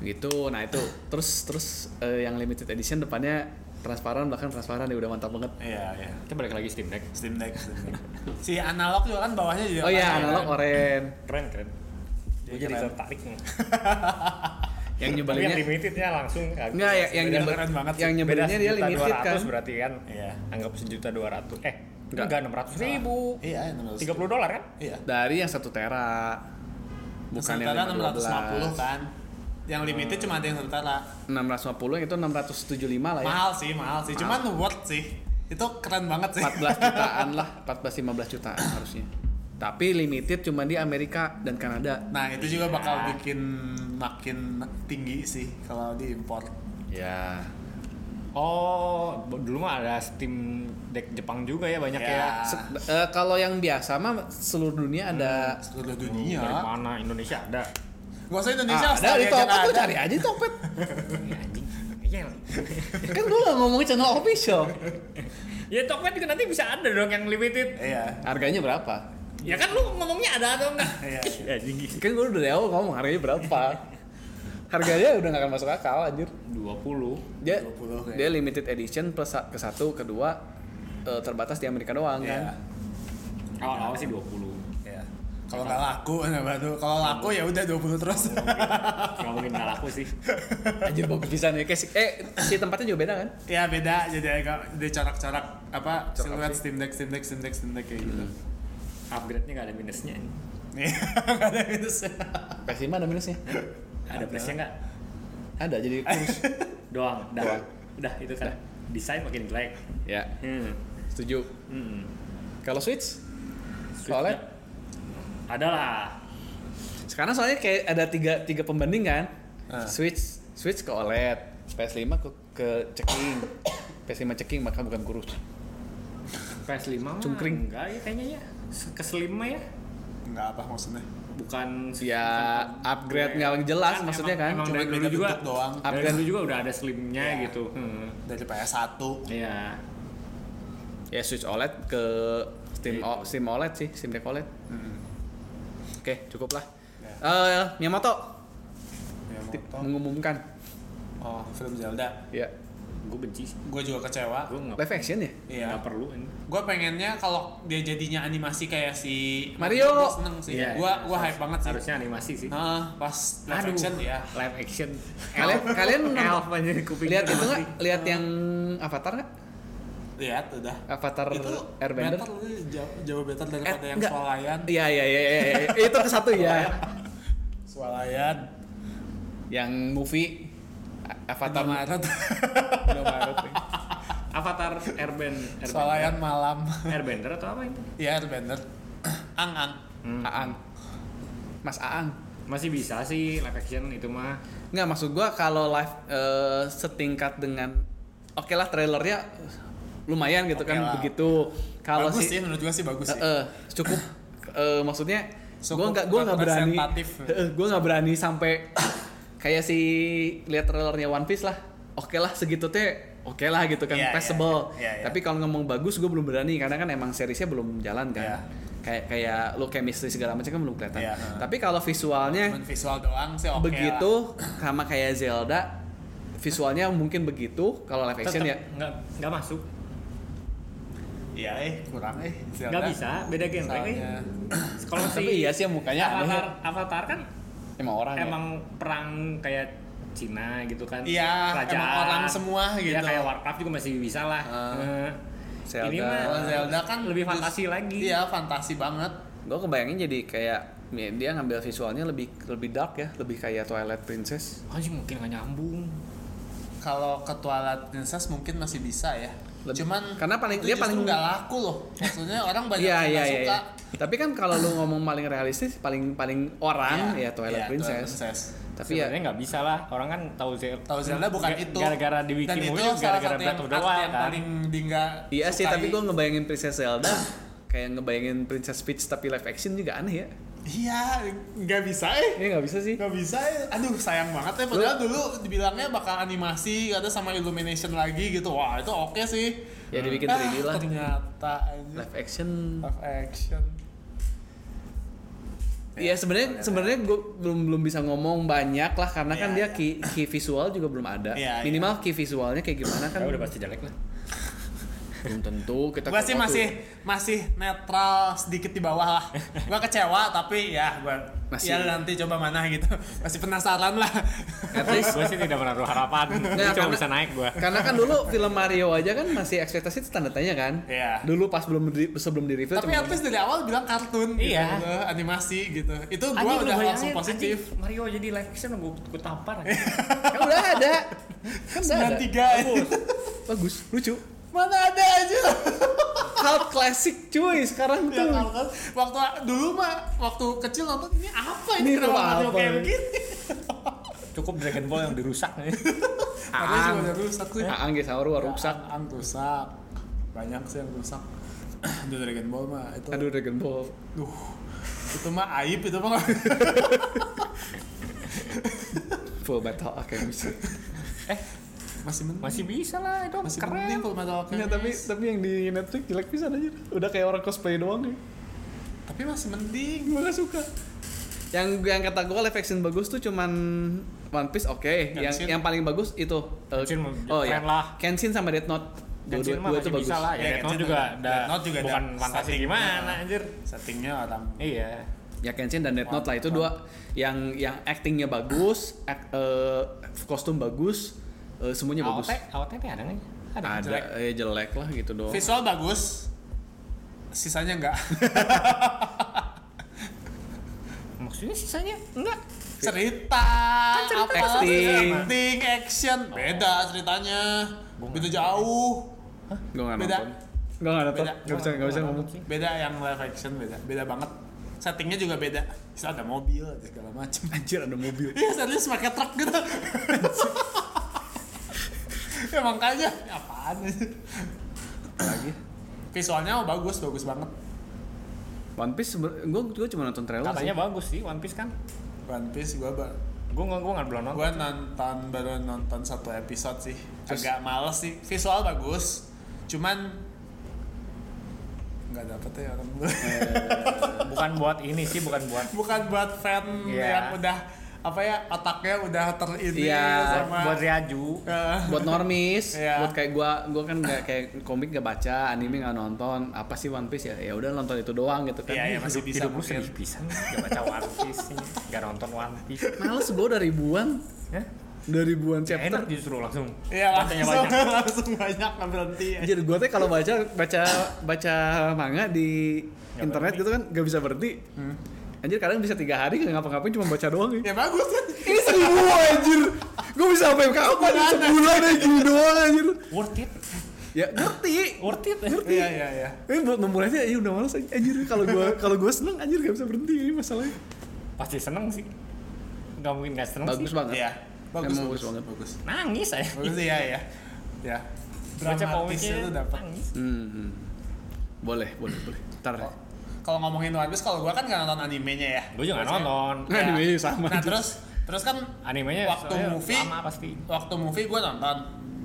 gitu. Nah, itu. Terus terus eh, yang limited edition depannya transparan bahkan transparan ya udah mantap banget.
Iya, iya.
Kita balik lagi Steam Deck.
Steam Deck, Steam Deck. si analog juga kan bawahnya
Oh
juga. warna
iya,
kan?
analog oranye.
Keren, keren. Gue jadi
keren.
tertarik. nih.
Yang
Tapi yang
nyebelinnya
limitednya langsung agak-
Enggak, ya, yang
Beda
nyebel,
keren banget sih.
yang nyebelinnya dia
sejuta
limited kan.
200 berarti kan
Iya.
anggap sejuta dua ratus eh
Enggak.
enggak enam ratus ribu
Iya, 600.
tiga puluh dolar kan
Iya.
Dari yang 1 tera. Bukan yang
setara 650
650
kan. Yang limited cuma ada yang setara.
650 yang itu 675 lah ya.
Mahal sih, mahal sih. Cuman worth sih. Itu keren banget sih.
14 jutaan lah, 14 15 jutaan harusnya. Tapi limited cuma di Amerika dan Kanada.
Nah, itu juga bakal bikin makin tinggi sih kalau diimpor.
Ya.
oh b- dulu mah ada steam deck Jepang juga ya banyak
Ya.
ya
Se- eh, kalau yang biasa mah seluruh dunia ada
Nah, Seluruh
Iya. dari
dunia.
mana Indonesia ada
Gak usah Indonesia,
Ah, ada
Australia
di
aja
Topet
nggak
lu
ada.
cari aja di Topet.
Ini anjing Iya.
kan gua nggak ngomongin channel official.
ya Tokped juga nanti bisa ada dong yang limited
Iya.
Harganya berapa?
ya kan lu ngomongnya ada atau enggak
Iya.
ya tinggi
Kan gua udah dari awal ngomong harganya berapa. Harganya udah gak akan masuk akal anjir.
dua puluh
dia
ya.
20 kayak.
dia limited edition plus sa- ke satu kedua eh, terbatas di Amerika doang
Iya.
kan
awal awal sih dua puluh
Iya. Kalau nggak laku, nah, baru- kalau laku ya udah 20 terus.
nggak mungkin nggak laku sih
anjir bagus pisan ya Kayak si- eh si tempatnya juga beda kan
ya beda jadi agak dicorak-corak
Corak
apa siluet
sih.
Steam Deck, Steam Deck, Steam Deck, Steam Deck kayak gitu.
upgrade nya nggak ada minusnya
Iya, nggak ada minusnya.
PS5 ada minusnya
ada plusnya nggak
ada jadi
Eh.
kurus
doang dah
Doang.
udah itu kan desain makin jelek
ya
hmm.
setuju
hmm.
kalau Switch soalnya
adalah
sekarang soalnya kayak ada tiga tiga pembanding kan
Ah.
Switch Switch ke OLED PS5 ke, ke ceking PS5 ceking maka bukan kurus
PS5 mah
Cungkring.
enggak ya kayaknya ya keslim mah ya
Nggak apa maksudnya.
bukan
Ya,
bukan-
upgrade nggak jelas maksudnya kan.
emang, emang
Cuma
dari dulu
beda
juga
bentuk doang.
dari
Upgrade.
dulu juga udah ada slimnya
Ya.
gitu hmm.
Dari PS1.
ya
ya Switch OLED ke Steam
Ya, itu.
O- Steam OLED sih Steam Deck OLED
Hmm.
oke cukup lah Eh,
Ya.
Miyamoto
Ya,
tip-
Moto.
mengumumkan
Oh, film Zelda.
ya
gue benci sih
gue juga kecewa
gue nggak
Live action ya?
iya
nggak perlu ini
gue pengennya kalau dia jadinya animasi kayak si
Mario.
Gua seneng sih
Iya,
gue
iya.
gue hype banget sih
harusnya animasi sih
Heeh, pas live
Aduh,
action ya
live action
Kalian kalian
elf aja kuping
lihat itu nggak? Lihat yang Avatar nggak?
lihat udah
Avatar
itu
Airbender?
better lu, jauh, jauh better daripada yang
enggak.
swalayan
Iya iya iya iya. iya. itu ke satu ya.
swalayan
Yang movie A- Avatar
Indomaret
Avatar Airben
swalayan malam
Airbender atau apa itu
ya Airbender ang ang
Aang. Mas Aang.
masih bisa sih live action itu mah
Nggak maksud gua kalau live eh, setingkat dengan oke lah trailernya lumayan gitu
Oke
kan
lah.
begitu. Kalau
bagus
si
sih menurut gue sih bagus sih
Heeh, cukup eh, maksudnya gue
Cukup
nggak gua nggak berani
representatif.
gue nggak berani sampai kayak si lihat trailernya One Piece lah oke lah segitu teh oke lah gitu kan
Iya, iya,
passable
iya, iya.
tapi kalau ngomong bagus gue belum berani karena kan emang seriesnya belum jalan kan
Iya.
kayak kayak lo chemistry segala macam kan belum kelihatan
Iya.
tapi kalau visualnya
Cuman visual doang sih oke
eh. begitu sama kayak Zelda visualnya mungkin begitu kalau live action ya
Tetep nggak nggak masuk
lah. iya eh kurang eh Zelda.
nggak bisa beda genre nih
Soalnya-
kalau si
tapi iya sih mukanya aneh
Avatar
ya.
Avatar kan
emang orang ya?
emang perang kayak Cina gitu kan
Iya, emang orang semua
Iya,
gitu.
kayak Warcraft juga masih bisa lah
Ah.
Eh,
Zelda.
ini mah
Kalau Zelda kan
lebih
just-
fantasi lagi
Iya, fantasi banget.
gue kebayangin jadi kayak ya, dia ngambil visualnya lebih lebih dark ya lebih kayak Twilight Princess
anjing mungkin nggak nyambung
Kalau ke Twilight Princess mungkin masih bisa ya.
Lebih-
Cuman
karena paling- dia
itu justru
paling-
nggak laku loh. Maksudnya orang banyak
iya iya
yang nggak
iya
suka.
iya. tapi kan kalau lu ngomong paling realistis paling paling
Iya,
orang ya, Twilight Princess tapi ya
sebenarnya nggak bisa lah orang kan tahu Zelda
Tahu Zelda bukan
Ga-
itu.
gara-gara di
Dan
wiki
itu
movie
salah
gara-gara
satu
Breath
yang
of the
art
Wild
yang
kan
paling di nggak
iya sih
sukai.
tapi gue ngebayangin Princess Zelda kayak ngebayangin Princess Peach tapi live action juga aneh ya
Iya, nggak bisa eh.
ya nggak bisa sih
Nggak bisa eh. Aduh, sayang banget ya. Padahal dulu dibilangnya bakal animasi, ada sama Illumination lagi gitu. Wah, itu oke sih.
ya dibikin
Ah,
3D lah
Ternyata anjir.
live action
Live action.
Iya sebenarnya sebenarnya gue belum belum bisa ngomong banyak lah karena kan
Iya,
dia key,
iya.
key visual juga belum ada.
Iya,
Minimal key visualnya kayak gimana kan?
Ya, udah pasti jelek lah
Belum tentu kita.
Gue sih
ke waktu.
masih masih netral sedikit di bawah lah. Gue kecewa tapi ya gue
Masih-
ya nanti coba mana gitu. Masih penasaran lah.
At least
gue sih tidak menaruh harapan
Nggak,
Ya,
Gue cuma
karena-
bisa naik gue
karena kan dulu film Mario aja kan masih ekspektasi itu tanda tanya kan?
Iya.
Dulu pas belum di- sebelum di review
tapi at least dari awal bilang kartun
Iya.
gitu, animasi gitu. Itu gue
Anjing, lu
udah
bayangin,
langsung positif.
anjing, Mario jadi live action gue gue
kan
tampar
udah ada. Kan udah ada.
93
Bagus, lucu.
Mana ada aja.
Cult klasik cuy sekarang
Ya,
tuh.
kalau kan, waktu dulu mah waktu kecil nonton ini apa ini,
Ini
kenapa
apa?
Mario kayak begini?
cukup Dragon Ball yang dirusak nih
Mario juga udah rusak sih.
Aang ge Ah, Sauru
rusak
rusak.
ang rusak banyak sih yang rusak The Dragon Ball mah itu
Aduh Dragon Ball.
Duh, itu mah aib itu mah
Full Metal Alchemist.
masih mending
masih bisa lah itu
masih
keren
mending Full Metal Alchemist
Iya tapi tapi yang di Netflix jelek pisan aja. Udah kayak orang cosplay doang ya.
tapi masih mending
Gue gak suka. Yang yang kata gue live action bagus tuh cuman One Piece oke. Yang
Genshin.
yang paling bagus itu uh,
Genshin mah
ya.
keren lah.
Kenshin sama Death Note. Dua-dua-
Genshin mah
dua
masih bisa lah ya,
Iya,
Death Note
Genshin
juga
ada.
ada
Death Note juga ada
bukan fantasi
setting.
gimana anjir
settingnya orang
iya
Ya Kenshin dan Death Note lah itu
One-
dua yang yang actingnya bagus, act- eh, kostum bagus, eh, semuanya
Ah,
bagus.
AOT AOT teh ada nggak ya?
Ada
jelek.
jelek. Eh, jelek lah gitu doang.
visual bagus sisanya enggak
maksudnya sisanya enggak
cerita
cerita
apalah,
acting. Oh.
acting action beda ceritanya beda jauh
Gue gak
Beda.
nonton. Gue gak nonton.
Beda.
Gak bisa gak bisa ngomong.
beda yang live action beda beda banget settingnya juga beda Terus ada mobil ada segala macam
Anjir ada mobil.
iya serius pakai truk gitu ya makanya apaan
Lagi.
visualnya oh, bagus bagus banget
One Piece gue gue cuma nonton trailer
katanya
sih.
bagus sih One Piece kan
One Piece gua ba-
gue nggak gue nggak belum nonton
gua nonton baru nonton satu episode sih
Terus-
agak males sih visual bagus cuman nggak dapet ya orang
Iya. bukan buat ini sih bukan buat
bukan buat fan
Iya.
yang udah apa ya otaknya udah terini
Iya,
sama
buat Riaju
Eh,
buat normis
Iya.
buat kayak gua gua kan nggak kayak komik gak baca anime nggak nonton apa sih One Piece ya ya udah nonton itu doang gitu kan
Iya, iya. masih bisa
hidup lu
mungkin.
sedih pisan gak baca One Piece ini gak nonton One Piece
males gua udah ribuan
Hah?
udah ribuan
Ya, enak
chapter
justru langsung
iya langsung
Bacanya banyak
langsung banyak nggak berhenti
Anjir gue teh kalau baca baca baca manga di internet gitu kan gak bisa berhenti. Anjir kadang bisa tiga hari gak ngapa-ngapain cuma baca doang
Iya.
ya.
ya bagus kan
Ini seribu anjir. Gue bisa sampai kapan sebulan aja gini doang anjir.
worth it
Ya ngerti.
worth it
iya iya iya
Ini buat memulainya ya udah males anjir. anjir. Kalau gue kalau gue seneng anjir gak bisa berhenti ini masalahnya.
pasti seneng sih gak mungkin gak seneng
Bagus
sih
banget.
iya bagus
Emang
bagus
bagus banget.
bagus
nangis saya
bagus iya iya ya
baca komiknya
itu dapat
nangis
Hmm, hmm. Boleh boleh boleh. Ntar.
Oh, kalau ngomongin One Piece kalau gua kan nggak nonton animenya ya
gue juga nggak nonton
Nah,
Iya.
ini sama.
nah terus terus kan
animenya
Waktu
soalnya
movie-
lama pasti
waktu movie gua nonton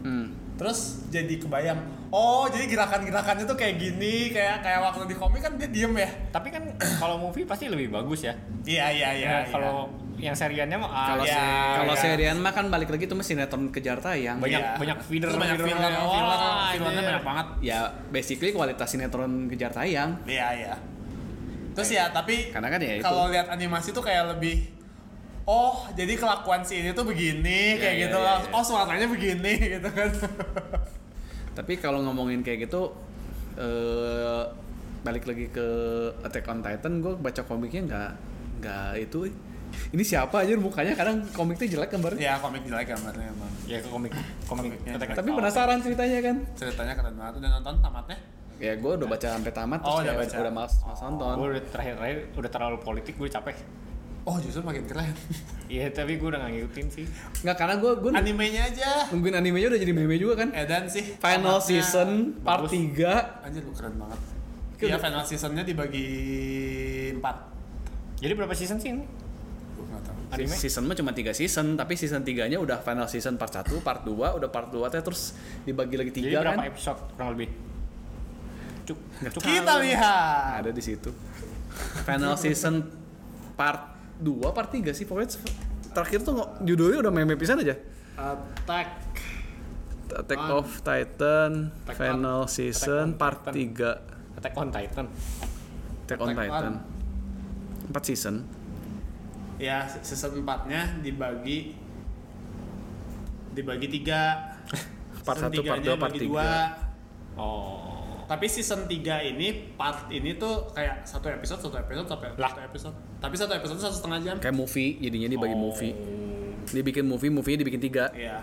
Hmm.
terus jadi kebayang oh jadi gerakan-gerakannya tuh kayak gini kayak kayak waktu di komik kan dia diem ya
tapi kan kalau movie pasti lebih bagus ya
iya iya iya
Nah,
iya.
kalau yang seriannya mah ah,
Kalau
Iya,
se- kalau
iya.
serian mah kan balik lagi tuh mesin sinetron kejar tayang.
banyak
Iya.
banyak feeder
Terus banyak iya. filler
feeder-
filler
Wah,
fillernya
anjir.
banyak banget
ya basically kualitas sinetron kejar tayang
iya iya terus ya tapi
Karena kan ya itu.
kalau lihat animasi tuh kayak lebih oh jadi kelakuan si ini tuh begini
Iya,
kayak
iya,
gitu
iya,
lah
iya.
oh suaranya begini gitu kan
tapi kalau ngomongin kayak gitu eh balik lagi ke Attack on Titan gue baca komiknya nggak nggak itu eh. ini siapa aja mukanya kadang komiknya jelek gambarnya
ya komik jelek gambarnya emang
ya ke komik komik kan
Komiknya.
Attack on
tapi
Titan.
penasaran ceritanya kan
ceritanya keren banget udah nonton tamatnya
ya gue udah baca sampai tamat terus
Oh, udah
kayak
baca.
udah males males nonton
gue udah terakhir terakhir udah terlalu politik gue capek
oh justru makin keren
iya tapi gue udah nggak ngikutin sih
nggak karena gue gue
animenya aja
nungguin animenya udah jadi meme juga kan
edan sih
final
Eh, tamatnya.
season part
Bagus.
3
anjir lu keren banget
Keren.
Iya final seasonnya dibagi empat
jadi berapa season sih ini
Gua nggak tahu.
anime
Season mah cuma 3 season, tapi season 3-nya udah final season part 1, part 2, udah part 2 teh terus dibagi lagi 3
jadi
kan.
berapa episode kurang lebih cuk cuk
kita lihat
Ah, Ada di situ. Final season part 2, part 3 sih pokoknya se- terakhir tuh ngo- judulnya udah meme pisan aja.
attack
Attack of Titan
Attack
final
on-
season
Attack on
part
Titan.
3
Attack on Titan
Attack on
Attack on.
Titan. 4 season.
ya season 4 nya dibagi dibagi tiga
Part
Season
satu, part
tiganya
dua, part
dibagi
tiga.
dua.
oh
tapi season 3 ini part ini tuh kayak satu episode satu episode satu
Lah.
satu episode tapi satu episode tuh satu setengah jam
Kayak movie jadinya dibagi
Oh.
movie. Dibikin movie, movie dibikin 3.
Iya.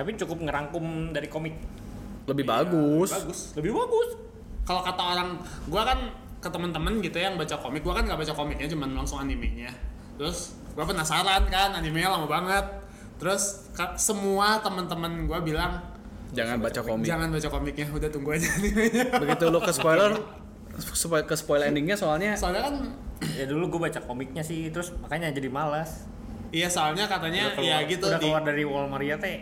tapi cukup ngerangkum dari komik
Lebih
Iya,
bagus.
bagus
lebih bagus
kalau kata orang gua kan ke teman-teman gitu yang baca komik gua kan nggak baca komiknya cuman langsung animenya terus gua penasaran kan animenya lama banget terus ka- semua teman-teman gua bilang
Jangan baca komik.
jangan baca komiknya udah tunggu aja animenya
begitu lu ke spoiler spo- ke spoiler endingnya soalnya
soalnya kan
ya dulu gue baca komiknya sih terus makanya jadi malas
iya soalnya katanya
Udah keluar-
ya gitu
udah
di-
keluar dari Walmaria teh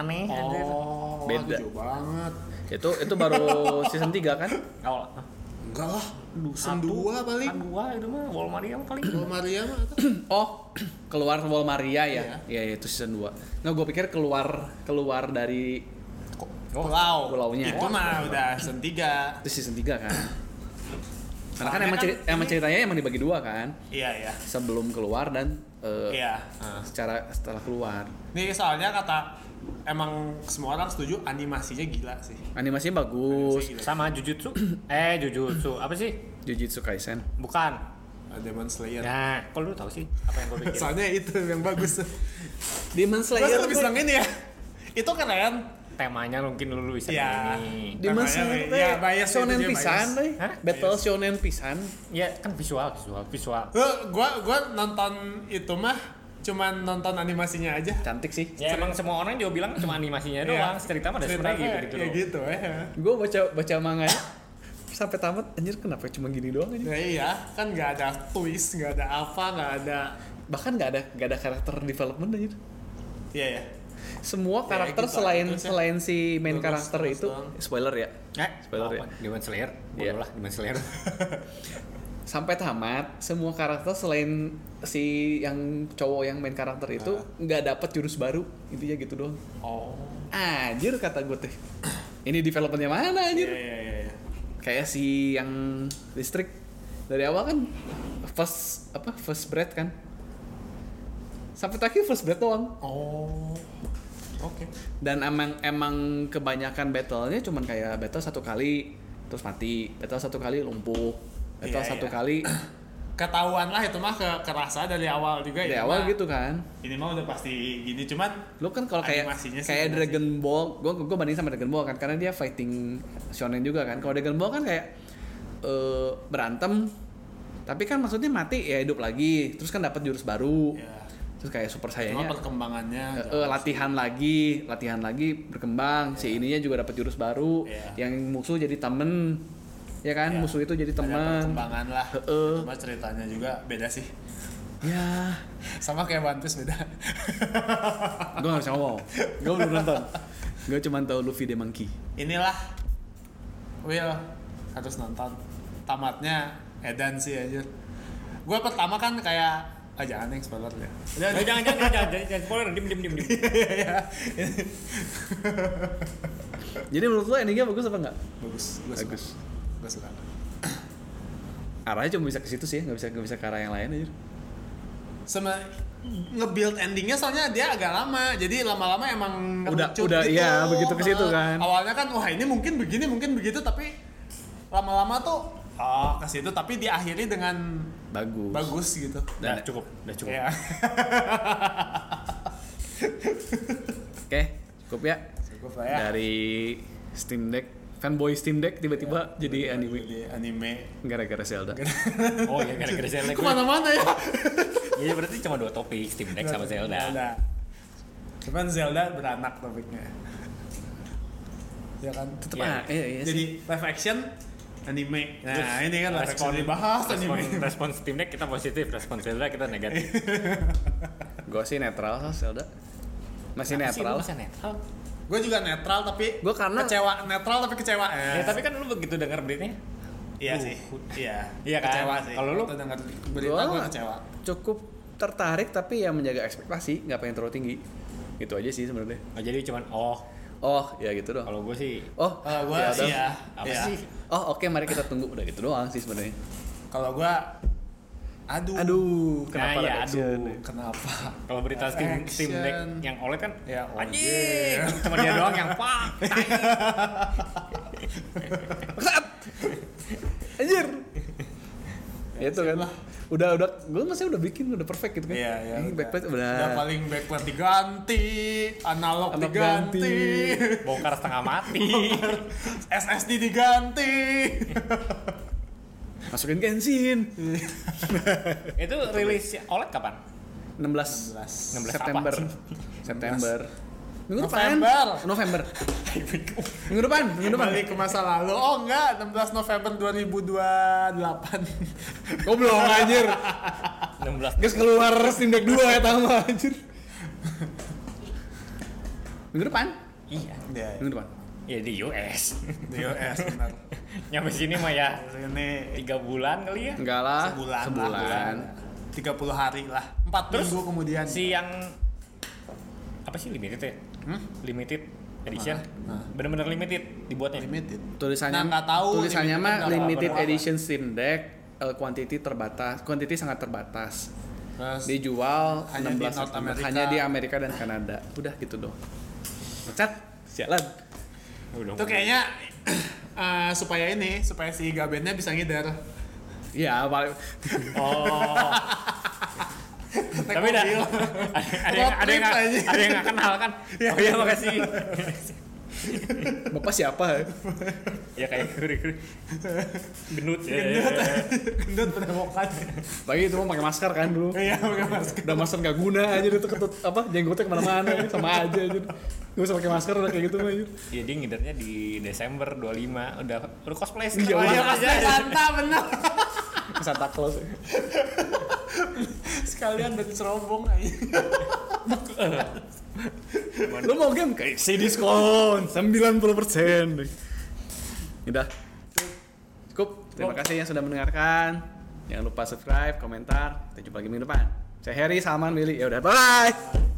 aneh anjir.
oh
Beda.
jauh banget
itu itu baru season 3 kan
awal
enggak lah dusun
Satu,
dua paling
kan dua itu mah Walmaria mah paling
dua Maria mah atau-
oh keluar Wall Maria ya Iya ya itu season 2 nah gue pikir keluar keluar dari
pulau
Pulaunya.
itu mah udah season tiga
itu season 3 kan karena kan
Soalnya
emang,
kan
ceri- emang ceritanya emang dibagi dua kan
iya iya
sebelum keluar dan eh,
iya
secara setelah keluar
Nih soalnya kata emang semua orang setuju animasinya gila sih.
animasinya bagus
Animasinya gila.
sama Jujutsu eh Jujutsu apa sih
Jujutsu Kaisen
bukan
Ah, Demon Slayer.
nah kok lu tahu sih apa yang gue pikir
Soalnya itu yang bagus.
Demon
Gua
Slayer
lebih
tuh-
seneng ini ya. Itu keren.
temanya mungkin lu bisa
Ya.
ini
Demon
Makanya,
Slayer
ya,
teh
bias itu
shonen
dia,
pisan
bias.
deh
Hah?
battle shonen pisan
ya kan visual visual visual
Gua, Eh, gua, gua nonton itu mah cuman nonton animasinya aja.
cantik sih
Iya,
ya emang semua orang juga bilang cuma animasinya doang cerita mah ada sebenarnya
Ya
gitu gitu loh.
Iya. gitu ya.
gue baca baca manga ya. sampai tamat anjir kenapa cuma gini doang aja
Ya iya, kan nggak ada twist, nggak ada apa, nggak ada.
bahkan nggak ada nggak ada karakter development anjir
Iya ya.
semua
Ya,
karakter
gitu,
selain
terus ya.
selain si main
Terus,
karakter
terus
itu
doang.
spoiler ya
Eh,
Spoiler ya.
apa? Demon Slayer,
Iya.
boleh lah Demon Slayer.
sampai tamat semua karakter selain si yang cowok yang main karakter itu
Ah.
nggak dapat jurus baru intinya gitu doang
Oh.
anjir kata gue teh ini developernya mana
Iya
anjir
iya iya. iya.
kayak si yang listrik dari awal kan first apa first breath kan sampai terakhir first breath doang
Oh. Oke.
dan emang emang kebanyakan battlenya cuman kayak battle satu kali terus mati battle satu kali lumpuh battle
Iya,
satu
iya.
kali
Ketahuan lah itu mah ke kerasa dari awal juga.
dari
ini
awal
mah.
gitu kan
Ini mah udah pasti gini cuman
lu kan kalau kayak
Animasinya sih
kayak
animasi.
Dragon Ball gua gua bandingin sama Dragon Ball kan karena dia fighting shonen juga kan kalau Dragon Ball kan kayak eh, berantem tapi kan maksudnya mati ya hidup lagi terus kan dapat jurus baru
ya
terus kayak super
cuma
saiyanya
perkembangannya
eh, eh,
jauh.
latihan lagi latihan lagi berkembang si ininya juga dapat jurus baru
Iya.
yang musuh jadi temen ya kan
Iya.
musuh itu jadi
Ada
temen
perkembangan lah.
Heeh.
Cuma ceritanya juga beda sih.
ya
Sama kayak One Piece beda.
gua harus ngomong gua belum nonton gua cuma tahu Luffy the Monkey
Inilah Will harus nonton. Tamatnya Edan sih aja. Gue pertama kan kayak ah jangan yang spoiler ya.
Udah, udah, jangan, jangan, jangan, jangan, jangan, spoiler, dim, dim, dim, dim.
jadi menurut lo endingnya bagus apa enggak
Bagus, gue suka.
Bagus.
Gue suka.
arahnya cuma bisa ke situ sih ya, nggak bisa nggak bisa ke arah yang lain aja
Sama nge-build endingnya soalnya dia agak lama. Jadi lama-lama emang
Udah-
ngerucut
udah, iya, begitu ke situ
Heeh.
kan.
Awalnya kan wah ini mungkin begini, mungkin begitu tapi lama-lama tuh oh, ke situ tapi diakhiri dengan
bagus
bagus gitu.
Udah, cukup, udah cukup.
Iya.
oke cukup ya
Cukup lah ya.
dari Steam Deck fanboy Steam Deck tiba-tiba jadi anime
Jadi anime.
gara-gara Zelda
Oh iya, gara-gara Zelda gue.
Kemana-mana ya.
Iya, berarti cuma dua topik, Steam Deck sama Zelda.
Cuman Zelda beranak topiknya. Ya kan, tetep
Iya.
ah, iya, iya
Jadi live action anime. Nah,
Terus
ini kan live action
respon-
dibahas
respon,
anime. Iya.
respon Steam Deck kita positif, respon Zelda kita negatif.
gue sih netral sama Zelda masih netral lah
Masih netral.
Gue juga netral tapi
Gua karena-
kecewa, netral tapi kecewa. Eh,
Ya, tapi kan lu begitu dengar beritanya,
iya sih. Iya.
Iya kan?
Kecewa sih.
Kalau lu-
Waktu denger berita gue
Gua-
kecewa.
cukup tertarik tapi ya menjaga ekspektasi nggak pengen terlalu tinggi itu aja sih sebenarnya
oh, jadi cuman oh,
oh ya gitu doang
kalau gue sih
oh
Kalau gue
ya udah.
sih ya.
apa
iya.
sih?
oh oke mari kita tunggu udah gitu doang sih sebenarnya
Kalau gue aduh.
aduh
Nah,
kenapa
ya,
live action?
aduh.
Kenapa?
Kalau berita Steam,
Action.
Steam Deck yang OLED kan
Ya,
anjing, cuma dia doang yang pak. tai.
Anjir. Ya, itu kan. Udah udah gue masih udah bikin udah perfect gitu kan.
Iya, iya.
Ini
udah.
backplate udah.
Udah paling backplate diganti, analog,
Analog
diganti,
Bongkar setengah mati.
SSD diganti.
Masukin Genshin.
Itu rilis OLED kapan?
16,
16.
16 apa
September.
sih?
September. Minggu
November.
depan. November. Minggu depan, minggu depan.
Kembali ke masa lalu. Oh enggak, 16 November 2028.
Goblok anjir.
16.
Guys keluar Steam Deck 2 ya tahu mah, anjir. Minggu depan.
Iya.
Iya.
Minggu depan.
Ya di US.
Di US benar.
Nyampe sini mah ya
Ini
3 bulan kali ya.
Enggak lah.
sebulan,
Ah, Sebulan.
lah. 30 hari lah. 4
Terus
minggu kemudian.
Si yang apa sih limited ya?
Hmm?
Limited edition.
Ah, ah.
Bener-bener limited dibuatnya.
limited.
Tulisannya
Nah, nggak tahu
Tulisannya
limited
mah
berapa,
limited
berapa.
edition Steam Deck eh, quantity terbatas, quantity sangat terbatas.
Terus
dijual
Hanya di
16
North
September.
America.
hanya di Amerika dan Kanada udah gitu dong pecat sialan
Udah.
Itu kayaknya eh, supaya ini, supaya si Gabennya bisa ngider.
ya paling
Oh.
Naik
Tapi dah.
mobil.
Ada yang ada yang
Road trip aja.
ada yang nggak kenal kan? Oh iya makasih.
bapak siapa
ya kayak Iya, kuri-kuri. Gendut.
Gendut. Gendut penemukan.
lagi itu mah pakai masker kan dulu
Iya, pakai masker.
udah masker nggak guna aja itu ketut apa jenggotnya kemana-mana sama aja aja nggak usah pakai masker udah kayak gitu mah anjir.
Ya dia ngidernya di Desember 25 udah udah cosplay sih.
Iya,
Oh,
iya,
iya,
Masker
cosplay.
Santa bener.
Ke Santa Claus
Sekalian dari cerobong aja.
lu mau game kayak si diskon 90 persen udah cukup terima kasih yang sudah mendengarkan Jangan lupa subscribe, komentar. Kita jumpa lagi minggu depan. Saya Heri, Salman, Willy. Ya udah, bye.